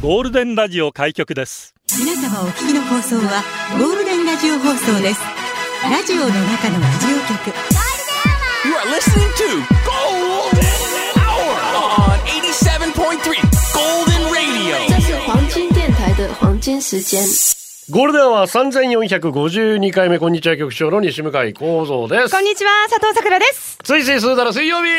ゴールデンラジオ開局です皆様お聞きの放送はゴールデンラジオ放送ですラジオの中のラジオ局 You are listening to Golden Hour on 87.3 Golden Radio. 这是黄金电台的黄金时间。ゴールデンは三千四百五十二回目こんにちは局長の西向井光三です。こんにちは、佐藤さくらです。ついついすーだら水曜日。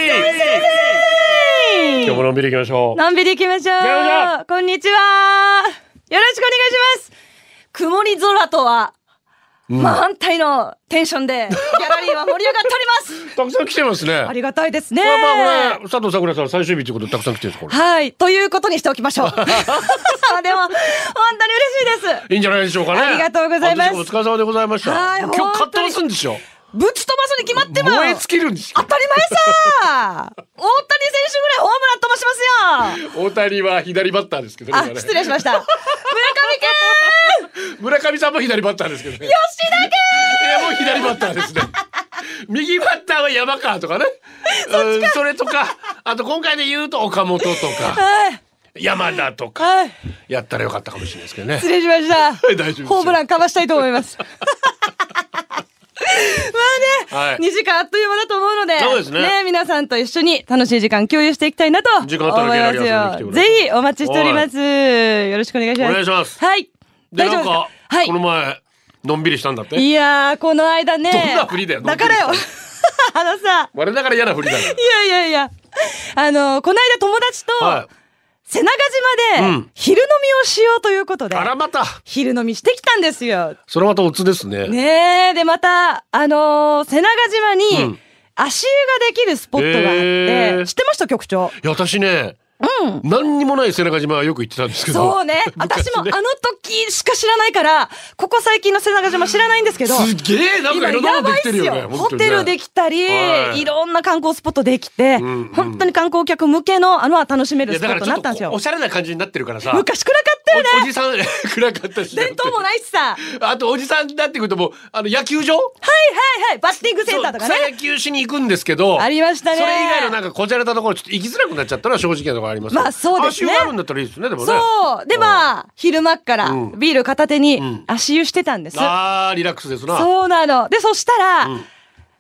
今日ものんびり行きましょう。のんびり行きましょう。行きましょこんにちは。よろしくお願いします。曇り空とは、真反対のテンションで、ギャラリーは盛り上がってお ります。たくさん来てますね。ありがたいですね。まあまあこれ佐藤さくらさん最終日ということでたくさん来てるんですこはい、ということにしておきましょう。でも、本当に嬉しいです。れ。いいんじゃないでしょうかね。ありがとうございます半年間お疲れ様でございました。はい今本日当にカットすんでしょ。ぶち飛ばすに決まってます。燃え尽きるんです当よ。たり前さ大谷選手ぐらいホームラン飛ばします よ大谷は左バッターですけどあ、失礼しました。村上くん村上さんも左バッターですけどね。吉田君。もう左バッターですね。右バッターは山川とかね。うんそれとか、あと今回で言うと岡本とか、はい、山田とか、はい、やったらよかったかもしれないですけどね失。礼しました。い大丈夫ですよホームランかましたいと思 います。まはあね、い二時間あっという間だと思うので、そうですね皆さんと一緒に楽しい時間共有していきたいなと思時い間あったらまギャラリー遊すびによ。来てくださいぜひお待ちしております。よろしくお願いします。お願いしますはい。で、大丈な夫んですかか、はいこの前、のんびりしたんだって。いやー、この間ね。どんな振りだよだからよどんな。 あのさ、我ながら嫌な振りだかいやいやいや。あの、この間友達と、ら。は瀬長う島でん、昼飲みをしようということい。で、あらまた。昼飲みしてきたんですよ。それまたおつですね。ねえ、で、また、あのー瀬長島うにん、足湯ができるスポットがあって、へー知ってました局長。いや、私ね、何にもない背中島はよく行ってたんですけど。そ うね。私もあ昔の時しか知らないから、ここ最近の瀬長島知らないんですけど、すげえ、なんかいろんなものできてるよね。ホテルでききたり、はいい、ろんな観光スポットできて、んうん本当に観光客向けのあのは楽しめるいやスポだかッらちトょになっったんですとおよおし。ゃれな感じになってるからさ。昔暗かったよね。おおじさん暗かったし。伝統もい。ないしさ。はいあとおじさんになってくるともうあの野球場はいはい。バッティングセンターとかねそう。草野球しに行くんですけど。ありましたねそれ以外のなんかこじゃれたところちょっと行きづらくなっちゃったのは正直なところありますけど。まあそうです足ね湯があるんだったらいいですねでもね。そう。で、まあ、昼間っからうんビール片手にん足湯してたんです。あーリラックスですな。そうなの。で、そしたら、ん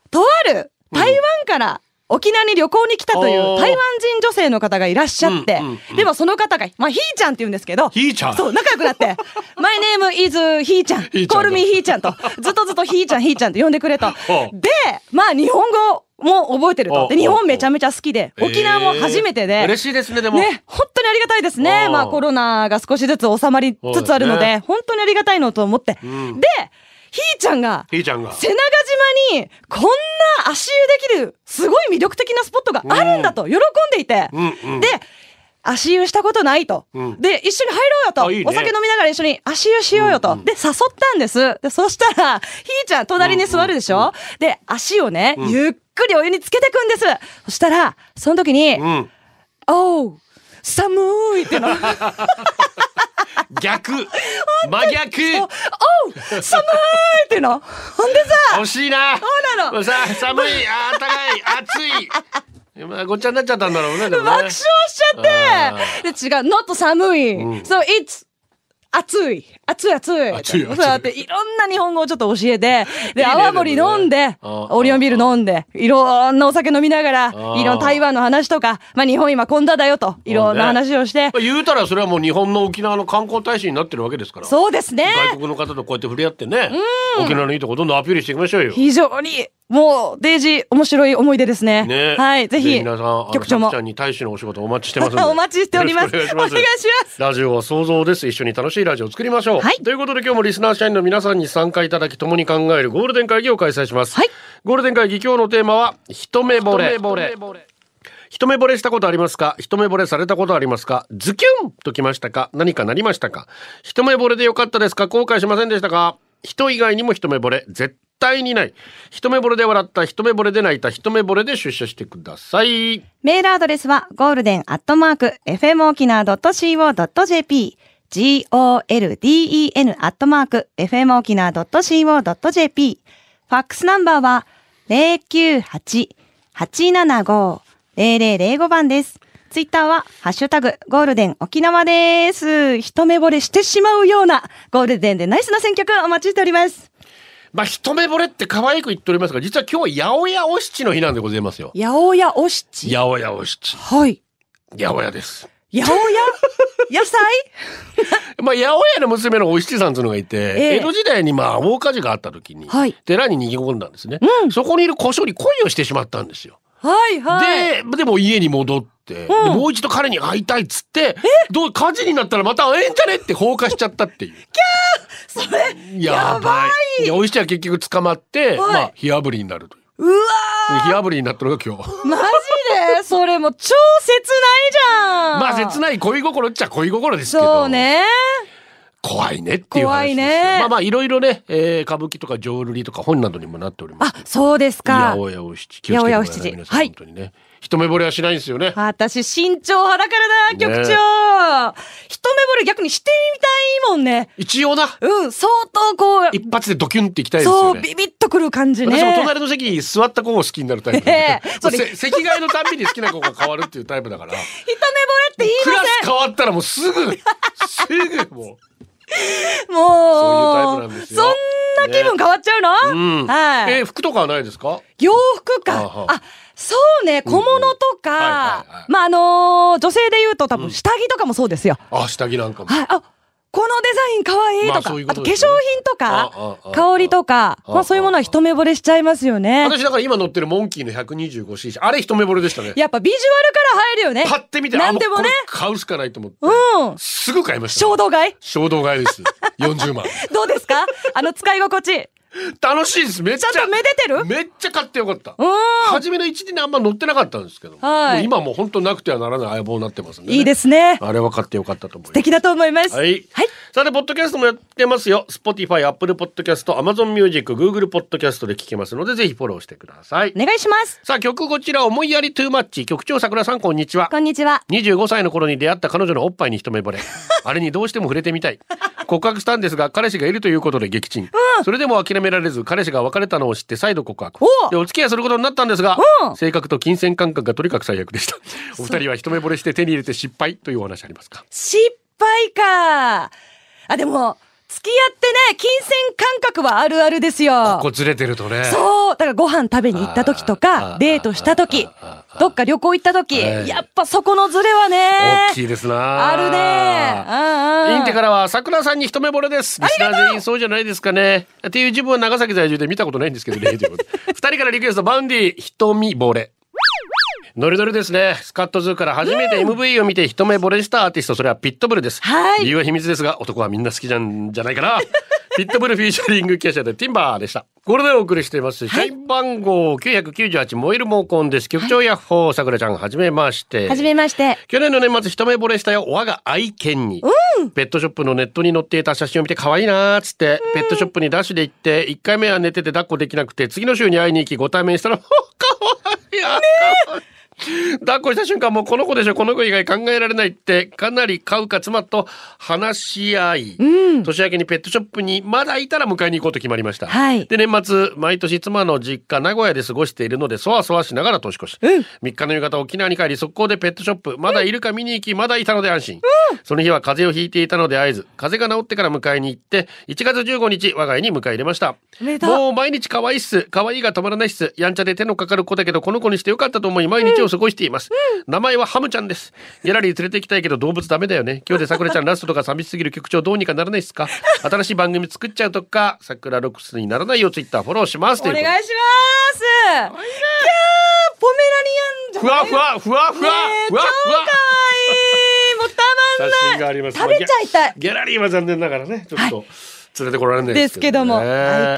とある台湾から沖縄に旅行に来たといおうー台湾人女性の方がいらっしゃって、うんうんうんでもその方が、まあ、ひーちゃんって言うんですけど、ひーちゃんそう、仲良く なって、マイネームイズひーちゃん、ーちゃんだコールミーひーちゃんと、ずっとずっとひーちゃんひーちゃんって呼んでくれ と。で、まあ、日本語も覚えてると。で、おー日本めちゃめちゃ好きで、えー沖縄も初めてで、嬉しいですねでも。ね、本当にありがたいですうね。んまあコロナが少しずつ収まりつつあるのそうでで、本当にありがたいのと思って。で、んひーちゃんが、ひーちゃんが。瀬長島にこんな足湯できる、すごい魅力的なスポットがあるんだと喜んでいて。うんうんで、足湯したことないと、んで、一緒に入ろうよと。あいいねお酒飲みながら一緒に足湯しようよと。で、誘ったんです。で、そしたら、ひーちゃん隣に座るでしょ、で、足をね、ゆっくりお湯につけてくんです。そしたら、その時に、うん。おう寒いっての おう逆。真逆。寒いってのほんでさ惜しいな。そうなのさ寒い、あったかい、 暑い。まあ、ごっちゃになっちゃったんだろうね。でも爆ね笑しちゃってで違う「not 寒い」そう「it's 暑い暑い暑い」暑い暑いそうやっていろんな日本語をちょっと教えていでいね泡盛飲んででもねオリオンビール飲んでいろんなお酒飲みながらいーろんな台湾の話とか、まあ、日本今混んだだよといろんな話をしてまあ言うたら、それはもう日本の沖縄の観光大使になってるわけですから。そうですね外国の方とこうやって触れ合ってね。沖縄のいいとこどんどんアピールしていきましょうよ。非常に、もう、デイジー、面白い思い出ですね。ね、はい、ぜひ、皆さん、あの局長さもきちゃんに大使のお仕事お待ちしてますんで。 お待ちしておりますよろくお願いします。お願いしますラジオは想像です。一緒に楽しいラジオを作りましょう。はいということで今日もリスナー社員の皆さんに参加いただき共に考えるゴールデン会議を開催します。はいゴールデン会議今日のテーマは一目惚れ。一目惚れ。一目惚れしたことありますか一目惚れされたことありますかズキュンときましたか何かなりましたか一目惚れでよかったですか後悔しませんでしたか人以外にも一目惚れ絶対にない一目惚れで笑った一目惚れで泣いた一目惚れで出社してくださいメールアドレスはゴールデンアットマーク fmokina.co.jp golden アットマーク fmokina.co.jp ファックスナンバーは875-0005番です。ツイッターは、ハッシュタグ、ゴールデン沖縄です。一目惚れしてしまうような、ゴールデンでナイスな選曲お待ちしております。まあ一目惚れって可愛く言っておりますが実は今日は八百屋お七の日なんでございますよ八百屋おし八ち。百屋お七はい。八百屋です八百屋 野菜まあ、八百屋の娘のお七さんというのがいて、え江戸時代にまあ大火事があった時に、はい寺に逃げ込んだんですね、そこにいる小将に恋をしてしまったんですよ。はいはでい。でも家に戻って、でうんもう一度彼に会いたいっつってどう火事になったらまた会えんじゃねって放火しちゃったっていう。それ、やばいでお七は結局捕まって、はいまあ火炙りになるといううわで火炙りになったのが今日ーマジでそれもう超切ないじゃんまあ切ない恋心っちゃ恋心ですけどそうね。怖いねっていう怖話ですいよねまあまあいろいろね、えー歌舞伎とか浄瑠璃とか本などにもなっておりますあ、そうですか八。百屋お七気八をつけ百て屋ください皆お七さん、はい本当にね一目惚れはしないんですよね私、身長派だからな、局長。ね一目惚れ逆にしてみたいもんね。一応だうん、相当こう、一発でドキュンっていきたいですそよう、ねビビッとくる感じね。私も隣の席に座った子を好きになるタイプでええ、もそうれせ席替えのたんびに好きな子が変わるっていうタイプだ から一目惚れってク言いまラスせ。変わったらもうすぐすぐもうんもそういうタイプなんですよそんな気分変わっちゃうの、うん はい、えー服とかはないですか洋服か。ああはそうね、小物とはいはかいはい、まあ、あのー女性で言うと多分下着とかもそうですよ。あ下着なんかもはい、あこのデザイン可愛いとまあか、そういうあことと化粧で品すよねとかああああ香りとかあまあそういうものは一目惚れしちゃいますよ ね私だから今乗ってるモンキーの 125cc あれ一目惚れでしたねやっぱビジュアルから入るよねパッて見てなんでもあうこねれ買うしかないと思ってうんすぐ買いました衝動買い衝動買いです 40万どうですかあの使い心地楽しいですめっちゃちゃんとめでてるめっちゃ買ってよかった、う初めの一時にあんま乗ってなかったんですけど、はいもう今もう本当なくてはならない相棒になってますんで、んいいですすねあれは買ってよかったと思い素ます敵だと思いますはい、はいさてポッドキャストもやってますよ Spotify、Apple Podcast、Amazon Music、Google Podcast で聞けますのでぜひフォローしてくださいお願いします。さあ曲こちら思いやりトゥーマッチ局長さくらさんこんにちはこんにちは。 25歳の頃に出会った彼女のおっぱいに一目 惚れあれにどうしても触れてみたい告白したんですが彼氏がいるということで撃沈、それでも諦められず彼氏が別れたのを知って再度告白おうでお付き合いすることになったんですがうん性格と金銭感覚がとにかく最悪でしたお二人は一目惚れして手に入れて失敗というお話ありますか失敗かあでも付き合ってね金銭感覚はあるあるですよここずれてるとねそうだからご飯食べに行った時とあかーデートした時あーどっか旅行行った時はいやっぱそこのズレはね大きいですなあるね。うんうん。インテからは桜さんに一目惚れです。リスナー全員そうじゃないですかね。っていう自分は長崎在住で見たことないんですけどね。ということで二人からリクエストバウンディ一目惚れ。ノリノリですね。スカットズーから初めて MV を見て一目惚れしたアーティスト、それはピットブルです。はい理由は秘密ですが、男はみんな好きじゃんじゃないかな。ピットブルフィーチャリング記者でティンバーでした。これでお送りしています。社員番号998燃える毛根です。局長ヤッホー、桜ちゃん、はじめまして。はじめまして。去年の年末一目惚れしたよ我が愛犬に、ペットショップのネットに載っていた写真を見て可愛いなーっつって、ペットショップにダッシュで行って1回目は寝てて抱っこできなくて次の週に会いに行きご対面したらかわいいや、抱っこした瞬間もうこの子でしょこの子以外考えられないってかなり飼うか妻と話し合い、年明けにペットショップにまだいたら迎えに行こうと決まりました、はいで年末毎年妻の実家名古屋で過ごしているのでそわそわしながら年越し、3日の夕方沖縄に帰り速攻でペットショップまだいるか見に行きまだいたので安心、その日は風邪をひいていたので合図風邪が治ってから迎えに行って1月15日我が家に迎え入れましたおめでとうもう毎日可愛いっす可愛いが止まらないっすやんちゃで手のかかる子だけどこの子にしてよかったと思い毎日を過ごしています、名前はハムちゃんですギャラリー連れて行きたいけど動物ダメだよね今日でさくらちゃんラストとか寂しすぎる局長どうにかならないっすか新しい番組作っちゃうとかさくらロックスにならないよツイッターフォローしますお願いしいます。いやーポメラニアンふじゃわふわふわふわふわねえふわ可愛いもうたまん写真があります食べちゃいたいギャラリーは残念ながらねちょっと連れてこられないですけども、愛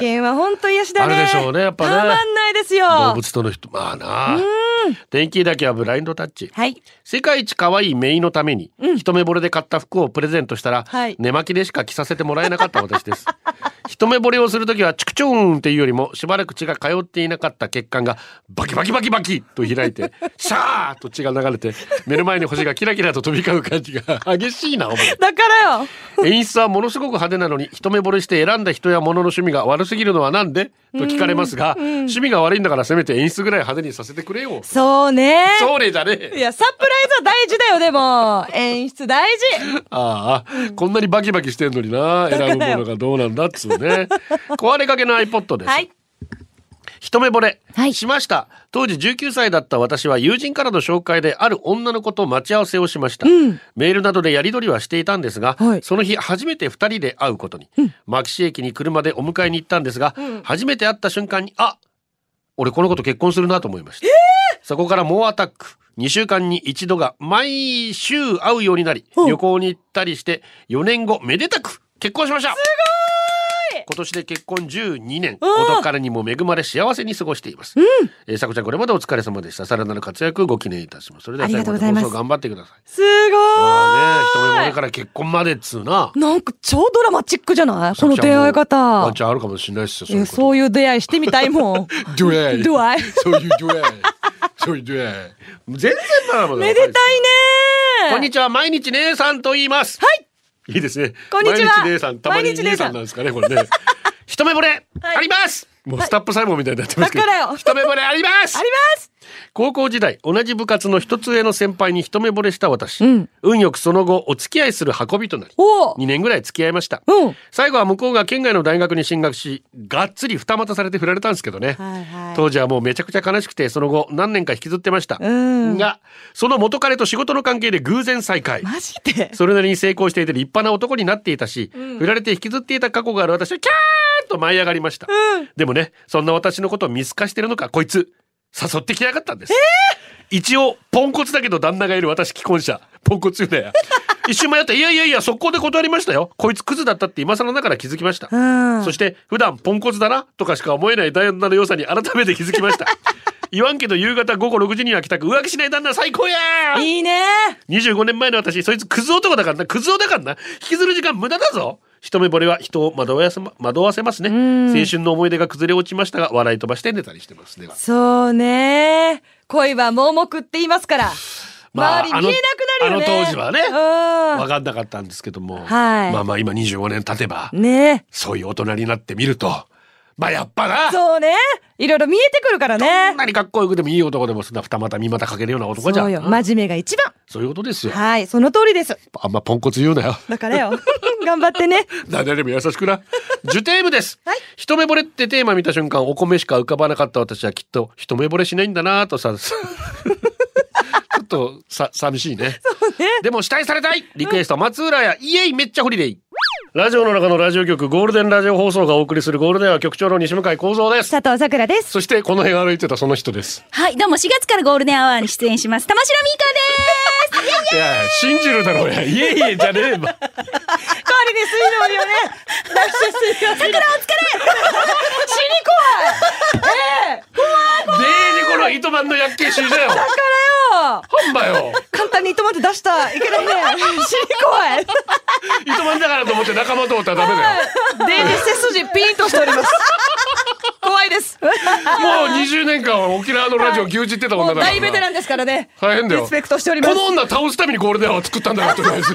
ね犬は本当癒しだね。あるでしょうねやっぱねたまんないですよ。動物との人まあなあ天気だけはブラインドタッチはい。世界一可愛いメイのために、一目惚れで買った服をプレゼントしたら、はい寝巻きでしか着させてもらえなかった私です 一目惚れをするときはチクチョーンっていうよりもしばらく血が通っていなかった血管がバキバキバキバキと開い てシャーッと血が流れて目の前に星がキラキラと飛び交う感じが激しいなお前だからよ。演出はものすごく派手なのに一目惚れして選んだ人や物の趣味が悪すぎるのはなんでと聞かれますが、趣味が悪いんだからせめて演出ぐらい派手にさせてくれよ。そうね。それじゃねえいや、サプライズは大事だよ、でも。演出大事。ああ、こんなにバキバキしてんのにな選ぶものがどうなんだっつう ね壊れかけの iPod です、はい。一目惚れ、しました当時19歳だった私は友人からの紹介である女の子と待ち合わせをしました、メールなどでやり取りはしていたんですが、はいその日初めて2人で会うことに、牧師駅に車でお迎えに行ったんですが、初めて会った瞬間にあ俺この子と結婚するなと思いました、そこから猛アタック2週間に一度が毎週会うようになり旅行に行ったりして4年後めでたく結婚しました今年で結婚12年元彼にも恵まれ幸せに過ごしています、えーさこちゃんこれまでお疲れ様でしたさらなる活躍ご記念いたしますそれでは最後まで放送頑張ってくださいすごまあね一目惚ーれい。から結婚までっつうななんか超ドラマチックじゃないこの出会さいこちゃんもワ方ン。チャンあるかもしれないですよいやそういうこいう出会いしてみたいも ん。とド ゥエイドアイそういうドゥエイそういうドゥ エイ全然まだまだめでたいね こんにちは毎日姉さんと言いますはいいいですねこんにちは毎日姉さんたまに毎日姉姉ささんんなんですかねこれね 一目惚れありますもうスタップ細胞みたいになってますけどだからよ 一目惚れありますあります高校時代同じ部活の一つ上の先輩に一目惚れした私、運よくその後お付き合いする運びとなりお2年ぐらい付き合いました、うん最後は向こうが県外の大学に進学しがっつり二股されて振られたんですけどね、はいはい当時はもうめちゃくちゃ悲しくてその後何年か引きずってました、うんがその元彼と仕事の関係で偶然再会マジで それなりに成功していて立派な男になっていたし、振られて引きずっていた過去がある私はキャーッと舞い上がりました、でもねそんな私のことを見透かしてるのかこいつ誘ってきやがったんです、一応ポンコツだけど旦那がいる私既婚者ポンコツよ ね一瞬迷っていやいやいや速攻で断りましたよこいつクズだったって今更ながら気づきました、うんそして普段ポンコツだなとかしか思えない旦那の良さに改めて気づき ました言わんけど夕方午後6時には帰宅浮気しない旦那最高やーいいね25年前の私そいつクズ男だからなクズ男だからな引きずる時間無駄だぞ一目惚れは人を惑わせ,、ま、惑わせますね青春の思い出が崩れ落ちましたが笑い飛ばして寝たりしてますではそうね恋は盲目って言いますからまあ周り見えなくなるよねあのあの当時はね分はかんなかったんですけども、はいまあまあ今25年経てば、ねねそういう大人になってみるとまあやっぱなそそうねいろいろ見えてくるからねんなにかっこよくてもいい男でもそんな二股三股かけるような男じゃそんうよ真面目が一番そういうことですよはいその通りですあんまポンコツ言うなよだから よ頑張ってね誰よりも優しく な。ジュテームです。一目惚れってテーマ見た瞬間、お米しか浮かばなかった私はきっと一目惚れしないんだなぁとさ、 ちょっとさ、寂しいね。でも、死体されたいリクエスト、松浦屋、イエイめっちゃホリデイラジオの中のラジオ局、ゴールデンラジオ放送がお送りするゴールデンは局長の西向井幸三です。佐藤さくらです。そして、この辺歩いてたその人です。はい、どうも4月からゴールデンアワーに出演します。玉城ミーカでーす。 いや、信じるだろうや。イエイイエイじゃねえば。代わりに水道にをね出して水道桜お疲れ死に怖いええデージこの糸満の薬系集じゃよ。怖いよほんまよ。簡単に糸満って出したいけないね死に怖い糸満だからと思って仲間と思ったらダメだよ。デイジ背筋ピンとしております怖いですもう20年間は沖縄のラジオ牛耳ってたも女だうから大ベテラな。ンですからね大変だよ。リスペクトしておりますこの女倒すためにゴールデンアワー作ったんだよ、とりあえず。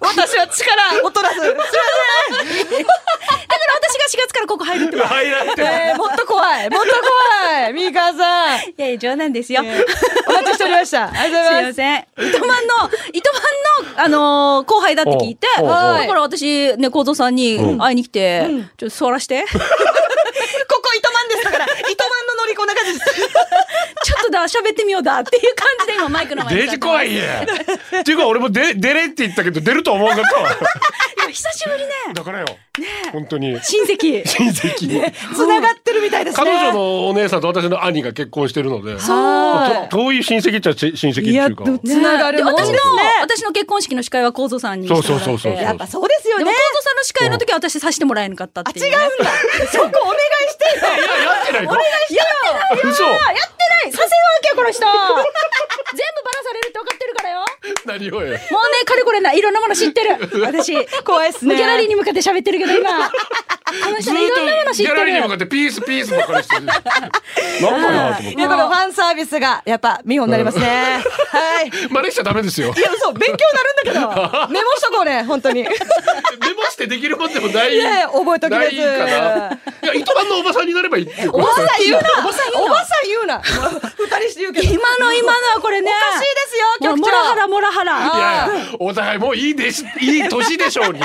私は力劣らずすいまだから私が4月からここ入るってば。はい、だって。せん、えーもっと怖いもっと怖 いミカさんいやいや、冗談ですよ。お待ちしておりま したありがとうございすまいますせん。糸満の、糸満の、あのー後輩だって聞いて、おうおうおうだから私、ね、幸三さんに会いに来て、ちょっと座らして。ここ糸満ですだ から糸満の乗りこんな感じです ちょっとだ、喋ってみようだっていう感じで今マイクの前にデ立ーってジます。 怖いや。っていうか、俺も出、出れって言ったけど、出るとは思わなかったわ。いや久しぶりね。だからよ。本当に。親戚。親戚。繋がってるみたいですね彼女のお姉さんと私の兄が結婚してるので。はと遠い親戚っちゃち親戚っていやいうか。でも繋がでるもんで私すのね、私の結婚式の司会は幸三さんにしてそもうらってそうそうそう。やっぱそうですよでねも幸三さんの司会の時は私させてもらえなかったっていう、ね。違うんだそこお願いしてよいや、やってないのしてよ嘘 やってないさせるわけよこの人全部バラされるって分かってるからよ何何をよ。もうね、かれこれないろんなもの知ってる。私、 怖いっすねギャラリーに向かって喋ってるけど、今。この人ね、いろんなもの知ギってャラリーに向かっる。てピースピースばっかりしてる。なんかなと思って。でこのファンサービスがやっぱ見本になりますね。はい。い真似しちゃダメですよ。やそう勉強になるんだけ どメモしとこうね本当に。メモしてできるもんでもない。いやいや覚えときですないかな。いや、糸満のおばさんになればいいっていうおばさん言うなおばさん言うなおばさん言うな二人して言うけど。今の今のはこれね。おかしいですよ局長もらはらもらはら。いやいやお互いもういいです、いい年でしょうに。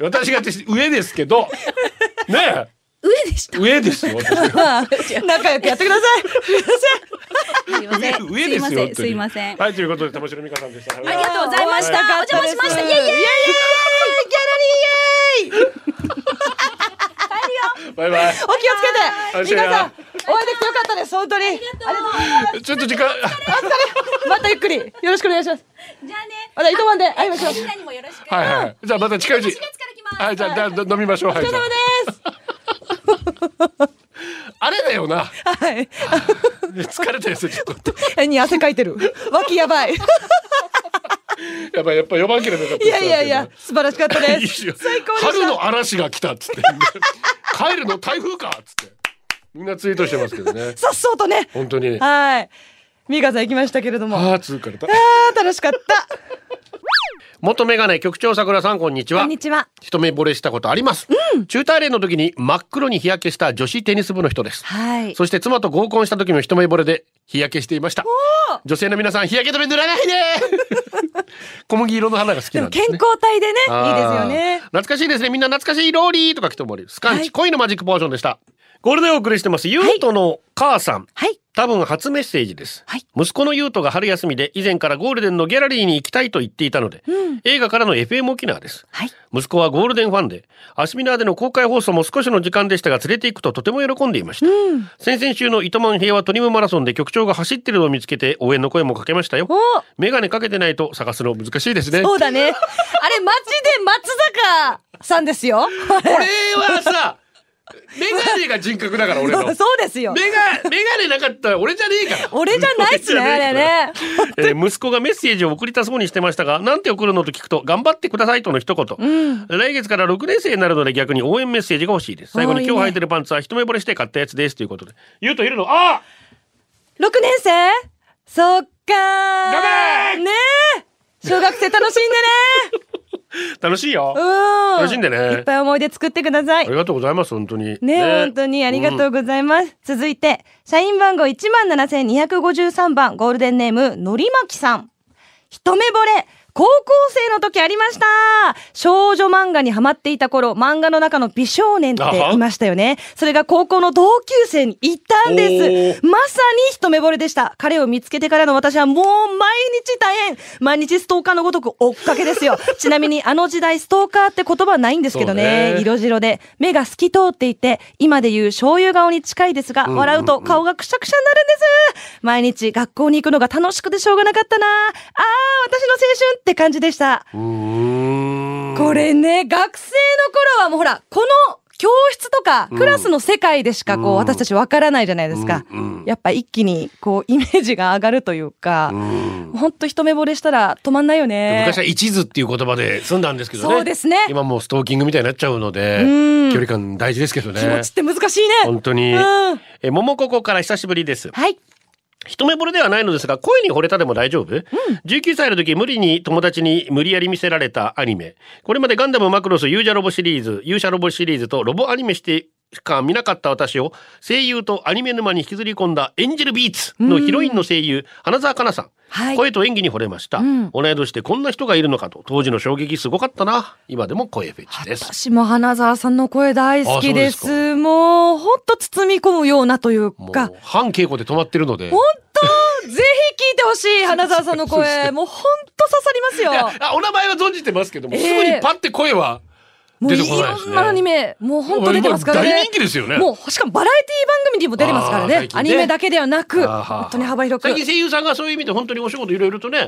私が年上ですけど。ね上でした。え、上ですよ。私仲良くやってください。すいません上ですよ。すいません。すいません。あはい、ということで、玉城美香さんでした。ありりがとうございました。おはい邪魔しました。イエイイイエイエイイエイギャラリーイエイバイバイ。お気をつけて皆さんお会いできてよかったです本当にちょっと時間。またゆっくりよろしくお願いしますじゃあね。また糸満で会いましょうお疲みんなにもよろしく。はいはい。じゃあまた近いうち。月から来ますはい、じゃあじゃあど飲みましょう。はい。れじゃ様あですあれだよ な。はい疲れたやつちょっと。えに汗かいてる脇やばいやっぱやっぱ呼ばなければよかった。いやいやいや。素晴らしかったいでいすよ最高でした春の嵐が来たっつって。 帰るの台風かっつって。みんなツイートしてますけどね。さっ そうとね本当に。あはいミカさん行きましたけれどもああ疲れた。ー楽しかった元メガネ局長さくらさんこんにちは。こんにちは。一目惚れしたことあります。中大連の時に真っ黒に日焼けした女子テニス部の人です。はい。そして妻と合コンした時も一目惚れで日焼けしていました。女性の皆さん日焼け止め塗ら ないで小麦色の花が好きでなもんです健ね。康体でねあーいいですよね懐かしいですね。みんな懐かしいローリーとか来てもらえる。スカンチ、恋のマジックポーションでした。ゴールデンをお送りしてます。ユートの母さん。はい。多分初メッセージです、はい息子の優斗が春休みで以前からゴールデンのギャラリーに行きたいと言っていたので、映画からの FM 沖縄です、はい息子はゴールデンファンでアシミナーでの公開放送も少しの時間でしたが連れて行くととても喜んでいました、先々週の糸満平和トリムマラソンで局長が走ってるのを見つけて応援の声もかけましたよおメガネかけてないと探すの難しいですねそ うだね。あれ、マジで松坂さんですよ。これはさメガネが人格だから俺の そうですよ。メガメガネなかったら俺じゃねえから俺じゃないっ すね、あれね。えー息子がメッセージを送りたそうにしてましたが、なんて送るのと聞くと、頑張ってくださいとの一言。来月から6年生になるので逆に応援メッセージが欲しいです。最後おーにいいね今日履いてるパンツは一目惚れして買ったやつですということで。言うといるのあ6年生そっか頑張れー。ねえ。小学生楽しんでね。 楽しいよ。うん。楽しんでねいっぱい思い出作ってくださあい。りねがとうございます、本当に。本当にありがとうございます。続いて、社員番号17,253番、ゴールデンネーム、のりまきさん。一目惚れ高校生の時ありました少女漫画にハマっていた頃、漫画の中の美少年っていましたよね。それが高校の同級生にいたんです。まさに一目惚れでした。彼を見つけてからの私はもう毎日大変毎日ストーカーのごとく追っかけですよ。 ちなみにあの時代ストーカーって言葉はないんですけどそうね。ね色白で、目が透き通っていて、今で言う醤油顔に近いですが、笑うと顔がくしゃくしゃになるんです。毎日学校に行くのが楽しくてしょうがなかったな。あー、私の青春って感じでした。うーん。これね、学生の頃はもうほら、この教室とかクラスの世界でしかこう、私たちわからないじゃないですか。やっぱ一気にこう、イメージが上がるというか、ほんと一目惚れしたら止まんないよね。昔は一途っていう言葉で済んだんですけどね。そうですね今もうストーキングみたいになっちゃうので、距離感大事ですけどね。気持ちって難しいね。本当に。うんえ、桃ここから久しぶりです。はい。一目惚れではないのですが、声に惚れたでも大丈夫、?19 歳の時、無理に友達に無理やり見せられたアニメ。これまでガンダムマクロス、勇者ロボシリーズ、勇者ロボシリーズとロボアニメして、しか見なかった私を声優とアニメ沼に引きずり込んだエンジェルビーツのヒロインの声優、花澤香菜さん、はい声と演技に惚れました、同い年でこんな人がいるのかと当時の衝撃すごかったな今でも声フェチです私も花澤さんの声大好きです。あそうでもう、ほんと包み込むようなというもうか、半稽古で止まってるのでほんと、ぜひ聞いてほしい、花澤さんの 声。もうほんと刺さりますよい。やあお名前は存じてますけども、ええすぐにパって声はもう出いてこないですねろんなアニメ、もうほんと出てますからね。もう今大人気ですよねもう、しかもバラエティ番組にも出てますからあーね最。近ねアニメだけではなあく、ーはーはー本当に幅広く最。近声優さんがそういう意味で本当にお仕事いろいろとね、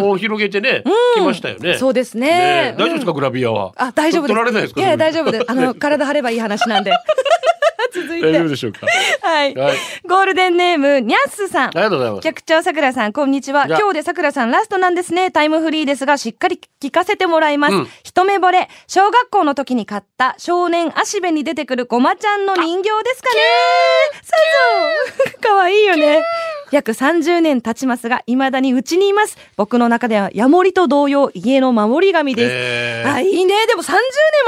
こう広げてね、来ましたよね。そうですねえ。ね大丈夫ですか、グラビアは。あ、大丈夫です。取られないですか いやいや、大丈 丈夫です。あの、体張ればいい話なんで。続続い大丈夫て。でしょうか。はい。はい。ゴールデンネーム、ニャッスさあんり。がとうございます。局長さくらさんこんにちはじゃ今あ日でさくらさんラストなんですねタイムフリーですがしっかり聞かせてもらいます、うん一目惚れ小学校の時に買った少年足部に出てくるごまちゃんの人形ですかねそうそう かわいいよね約30年経ちますが未だにうちにいます僕の中ではヤモリと同様家の守り神です、えあいいねでも30年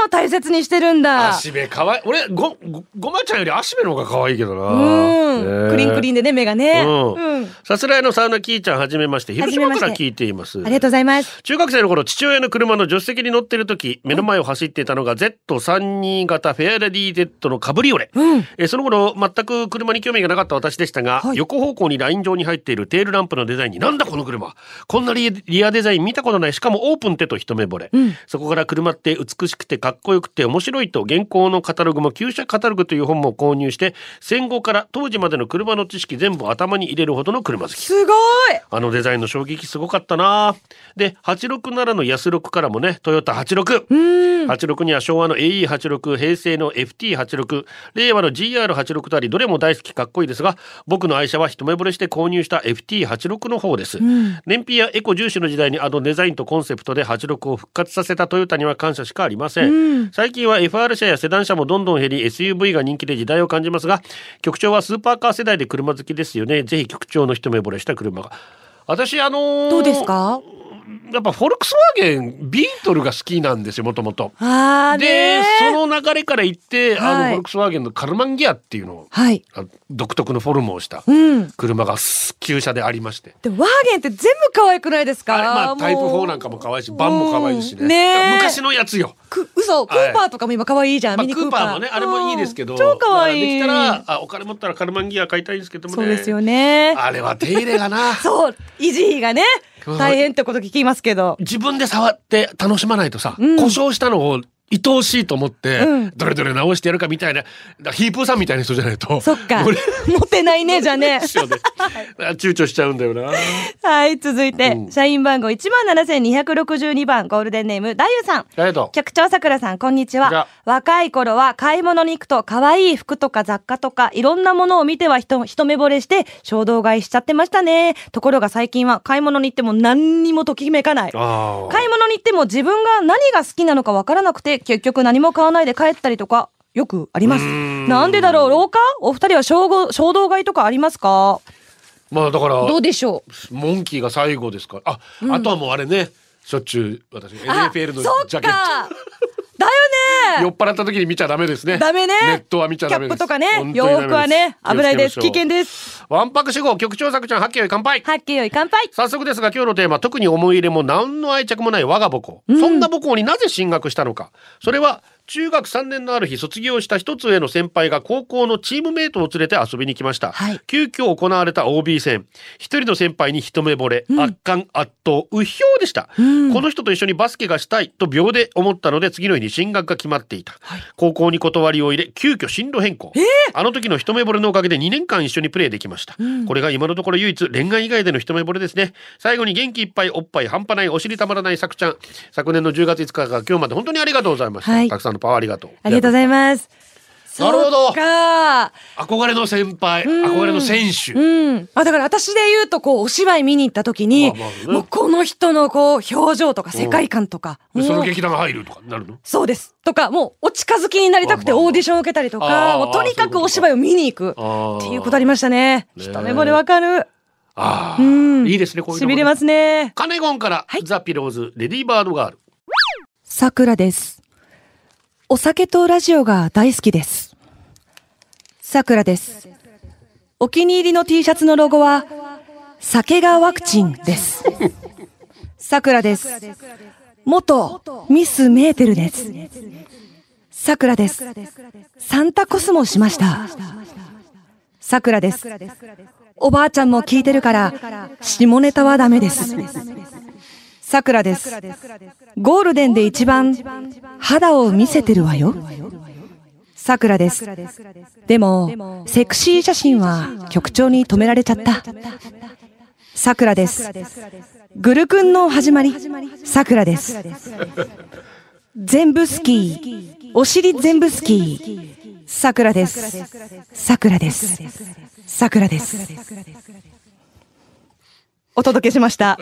も大切にしてるんー、だ足部かわいい。俺ごごごまちゃんより足部の方が可愛いけどな。うん、クリンクリン。ンでね目がね、うんうん、さすらいのサウナキーちゃんはじめまして広島から聞いています。ありがとうございます中学生の頃父親の車の助手席に乗ってる時目の前を走っていたのが Z32 型フェアレディ Z のカブリオレ、えーその頃全く車に興味がなかった私でしたが、横方向にライン上に入っているテールランプのデザインになんだこの車こんなリリアデザイン見たことないしかもオープンってと一目惚れ、そこから車って美しくてかっこよくて面白いと現行のカタログも旧車カタログという本も購入して戦後から当時までの車の知識全部頭に入れるほどの車好きすごいあのデザインの衝撃すごかったなで、867の安6からもね、トヨタ86。86には昭和の AE86、平成の FT86、令和の GR86 とあり、どれも大好きかっこいいですが、僕の愛車は一目惚れして購入した FT86 の方です。燃費やエコ重視の時代にあのデザインとコンセプトで86を復活させたトヨタには感謝しかありません。 最近は FR 車やセダン車もどんどん減り、SUV が人気で時代を感じますが、局長はスーパーカー世代で車好きですよね。ぜひ局長の一目惚れした車が。私あのーどうですかやっぱフォルクスワーゲンビートルが好きなんですよもともと。あーねでーその流れから行って、あのはいフォルクスワーゲンのカルマンギアっていうのを、はい。あ独特のフォルムをしたうん。車がす旧車でありまして。でもワーゲンって全部可愛くないですかあれまあタイプ4なんかか。も可愛いしバンも可愛いしねうんねえ昔のやつよ、く嘘、クはいーパーとかも今可愛いじゃん。まあ、ミクニーパーもねあれもいいですけどうん超可愛い。だからできたらあお金持ったらカルマンギア買いたいんですけどもねそうですよね。あれは手入れがな そう、維持 費がね、大変ってこと聞きますけど。自分で触って楽しまないとさ、うん故障したのを愛おしいと思って、うんどれどれ直してやるかみたいなだからヒープーさんみたいな人じゃないとそっか俺。モテないね、じゃねで。すよ ねあ躊躇しちゃうんだよなはい、続いてう、ん社員番号17,262番、ゴールデンネーム、ダユさん。だけど局長さくらさんこんにちじゃあは若い頃は買い物に行くと可愛い服とか雑貨とかいろんなものを見ては一一目惚れして衝動買いしちゃってましたねところが最近は買い物に行っても何にもときめかないあ買い物に行っても自分が何が好きなのかわからなくて結局何も買わないで帰ったりとかよくありますなんでだろう廊下お二人は衝動衝動買いとかありますかまあだからどうでしょうモンキーが最後ですからあ、あとはもうあれねしょっちゅう私 NFL のあそっジャかケッだよト ね酔っ払った時に見ちゃダメですねダメね。ネットは見ちゃダメですキャップとかね本、当にダメで洋す服はね、危ないです。気危をつけ険ましょうです。わんぱく主語局長作ちゃんはっきり乾杯はっきりよい乾杯。早速ですが今日のテーマ特に思い入れも何の愛着もない我が母校、そんな母校になぜ進学したのかそれは中学3年のある日卒業した一つ上の先輩が高校のチームメイトを連れて遊びに来ました、はい急遽行われた OB 戦一人の先輩に一目惚れ、圧巻圧倒うひょうでした、この人と一緒にバスケがしたいと秒で思ったので次の日に進学が決まっていた、高校に断りを入れ急遽進路変更、あの時の一目惚れのおかげで2年間一緒にプレーできました、これが今のところ唯一恋愛以外での一目惚れですね最後に元気いっぱいおっぱい半端ないお尻たまらないさくちゃん昨年の10月5日から今日まで本当にありがとうございました、はいたくさんのパワーありがとうありがとうございます。なるほどそっか。憧れの先輩憧れの選手、うん。あ、だから私で言うと、こう、お芝居見に行った時に、まあまあねもうこの人のこう、表情とか世界観とか、でそものう劇団が入るとかなるのそうです。とか、もうお近づきになりたくてまあまあオーディションを受けたりとああか、もうとにかくそういうことかお芝居を見に行く。あっていうことありましたね。ね一目惚れわかる。あうーん。いいですねこういうのしびれますね。カネゴンから、ザ・ピローズレディーバードガールさくらです。お酒とラジオが大好きです。さくらです。お気に入りの T シャツのロゴは、酒がワクチンです。さくらです。元ミスメーテルです。さくらです。サンタコスもしました。さくらです。おばあちゃんも聞いてるから、下ネタはダメです。さくらです。ゴールデンで一番肌を見せてるわよ。さくらです。でも、セクシー写真は局長に止められちゃった。さくらです。グル君の始まり。さくらです。全部好き。お尻全部好き。桜です。桜です。桜です。お届けしました。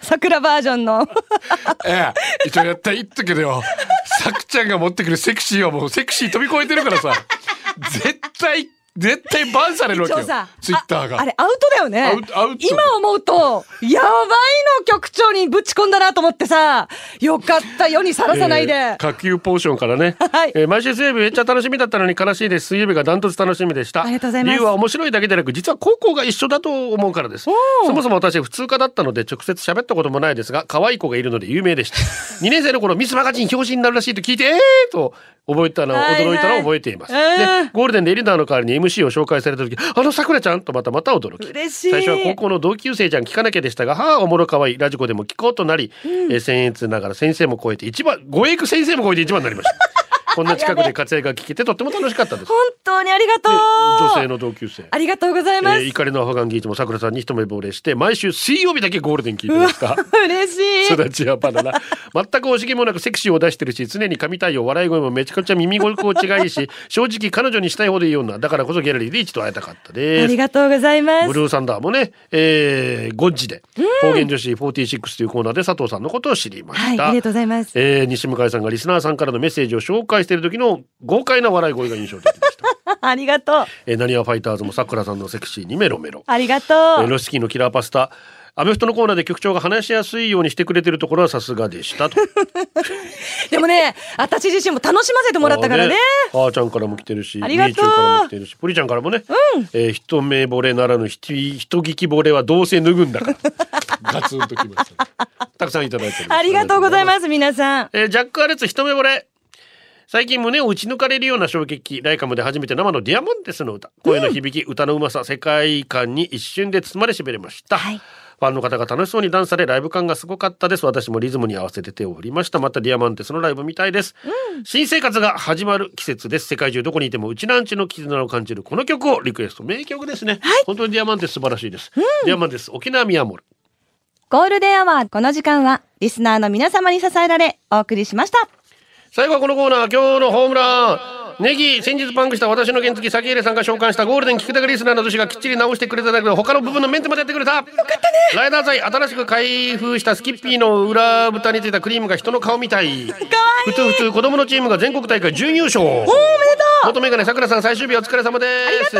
桜バージョンの。ええ、一応やったらいいってけどよ。さくちゃんが持ってくるセクシーはもうセクシー飛び越えてるからさ。絶対、絶対バンされるわけ今よ日さ。、ツイッターが。ああれアウトだよアウねトアウ。ト今思うと、やばいの局長にぶち込んだなと思ってさ、よかった世にさらさないで。えー下級ポーションからね、 はいえー毎週水曜日めっちゃ楽しみだったのに悲しいです水曜日がダントツ楽しみでしたありがとうございます理由は面白いだけでなく実は高校が一緒だと思うからですそもそも私普通科だったので直接喋ったこともないですが可愛い子がいるので有名でした2年生の頃ミスマガジン表紙になるらしいと聞いてえーと覚えたのをはいはい驚いたのを覚えています、うんでゴールデンでリーダーの代わりに MC を紹介された時あのさくらちゃんとまたまた驚き嬉しい最初は高校の同級生じゃん聞かなきゃでしたが母おもろかわいいラジコでも聞こうとなり、えー僭越ながら先生も超えて一番ご栄育先生も超えて一番になりました こんな近くで活躍が聞けてとっても楽しかったですで本当にありがとう。女性の同級生ありがとうございまえす。ー怒りのアフガンギーチもさくらさんに一目惚れして毎週水曜日だけゴールデン聞いてました嬉しい。育ちはバナナ全く惜しげもなくセクシーを出してるし常に神対応笑い声もめちゃくちゃ耳心地がいいし正直彼女にしたいほどいい女だからこそギャラリーで一度会いたかったですありがとうございまブす。ルーサンダーもね、えー、ゴッジで、方言女子46というコーナーで佐藤さんのことを知りまはしい、た。ありがとうございます。 えー西向井さんがリスナーさんからのメッセージを紹介している時の豪快な笑い声が印象的で した。ありがとう。えー、なにわファイターズもさくらさんのセクシーにメロメロ。ありがえとーう。ロシキーのキラーパスタ。アメフトのコーナーで局長が話しやすいようにしてくれてるところはさすがでしたと。でもね、私自身も楽しませてもらったからね。あー。あーちゃんからも来てるし、ありがとうみーちゅんからも来てるし、プリちゃんからもね。えー一目惚れならぬひと人聞き惚れはどうせ脱ぐんだから。ガツンときました、たくさんいただいております。ありがとうございす。ます、皆さん。えージャックアレツ一目惚れ。最近胸を打ち抜かれるような衝撃ライカムで初めて生の「ディアモンテス」の歌声の響き、歌のうまさ世界観に一瞬で包まれしびれました、ファンの方が楽しそうにダンスされライブ感がすごかったです私もリズムに合わせて手を振りましたまた「ディアモンテス」のライブみたいです、新生活が始まる季節です世界中どこにいてもうちなんちの絆を感じるこの曲をリクエスト名曲ですね、本当に「ディアモンテス」素晴らしいです、ディアモンテス沖縄ミヤモルゴールデンアワー、この時間は、リスナーの皆様に支えられ、お送りしました。最後はこのコーナー今日のホームランネギ先日パンクした私の原付先入さんが召喚したゴールデン聞きたがリスナーの年がきっちり直してくれただけど他の部分のメンテまでやってくれたライダー祭新しく開封したスキッピーの裏蓋についたクリームが人の顔みたい普通普通子供のチームが全国大会準優勝おおめでとう元メガネさくらさん最終日お疲れ様です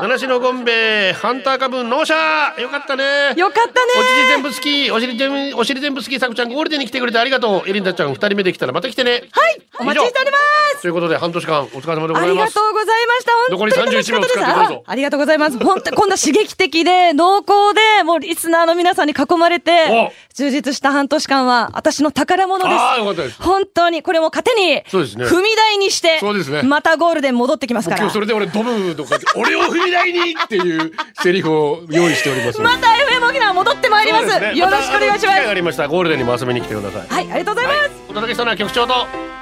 七種のゴンベハンターカブ納車よかったねよかったおね。尻全部好き、お尻全部、お尻全部好き、さくちゃん、ゴールデンに来てくれてありがとう。エリンダちゃん、二人目できたらまた来てね。はい、お待ちしております。ということで、半年間、お疲れ様でごあざいりまがすと。うございました。本当に残り楽しかったです31秒使ってどうぞあありがとうございます。本当にこんな刺激的で、 濃厚で、もうリスナーの皆さんに囲まれてお、充実した半年間は、私の宝物です。あーよかったです本当に、これも糧に、そうですね踏み台にして、そうですねまたゴールデン戻ってきますか今ら日。それで俺ドブとかで俺を踏み台にっていうセリフを用意しております。また FM 沖縄戻ってまいります。そうですねよろしくお願いしまたあの機会す。がありましたらゴールデンにも遊びに来てください。はい、ありがとうございます。お届けしたのは局長と。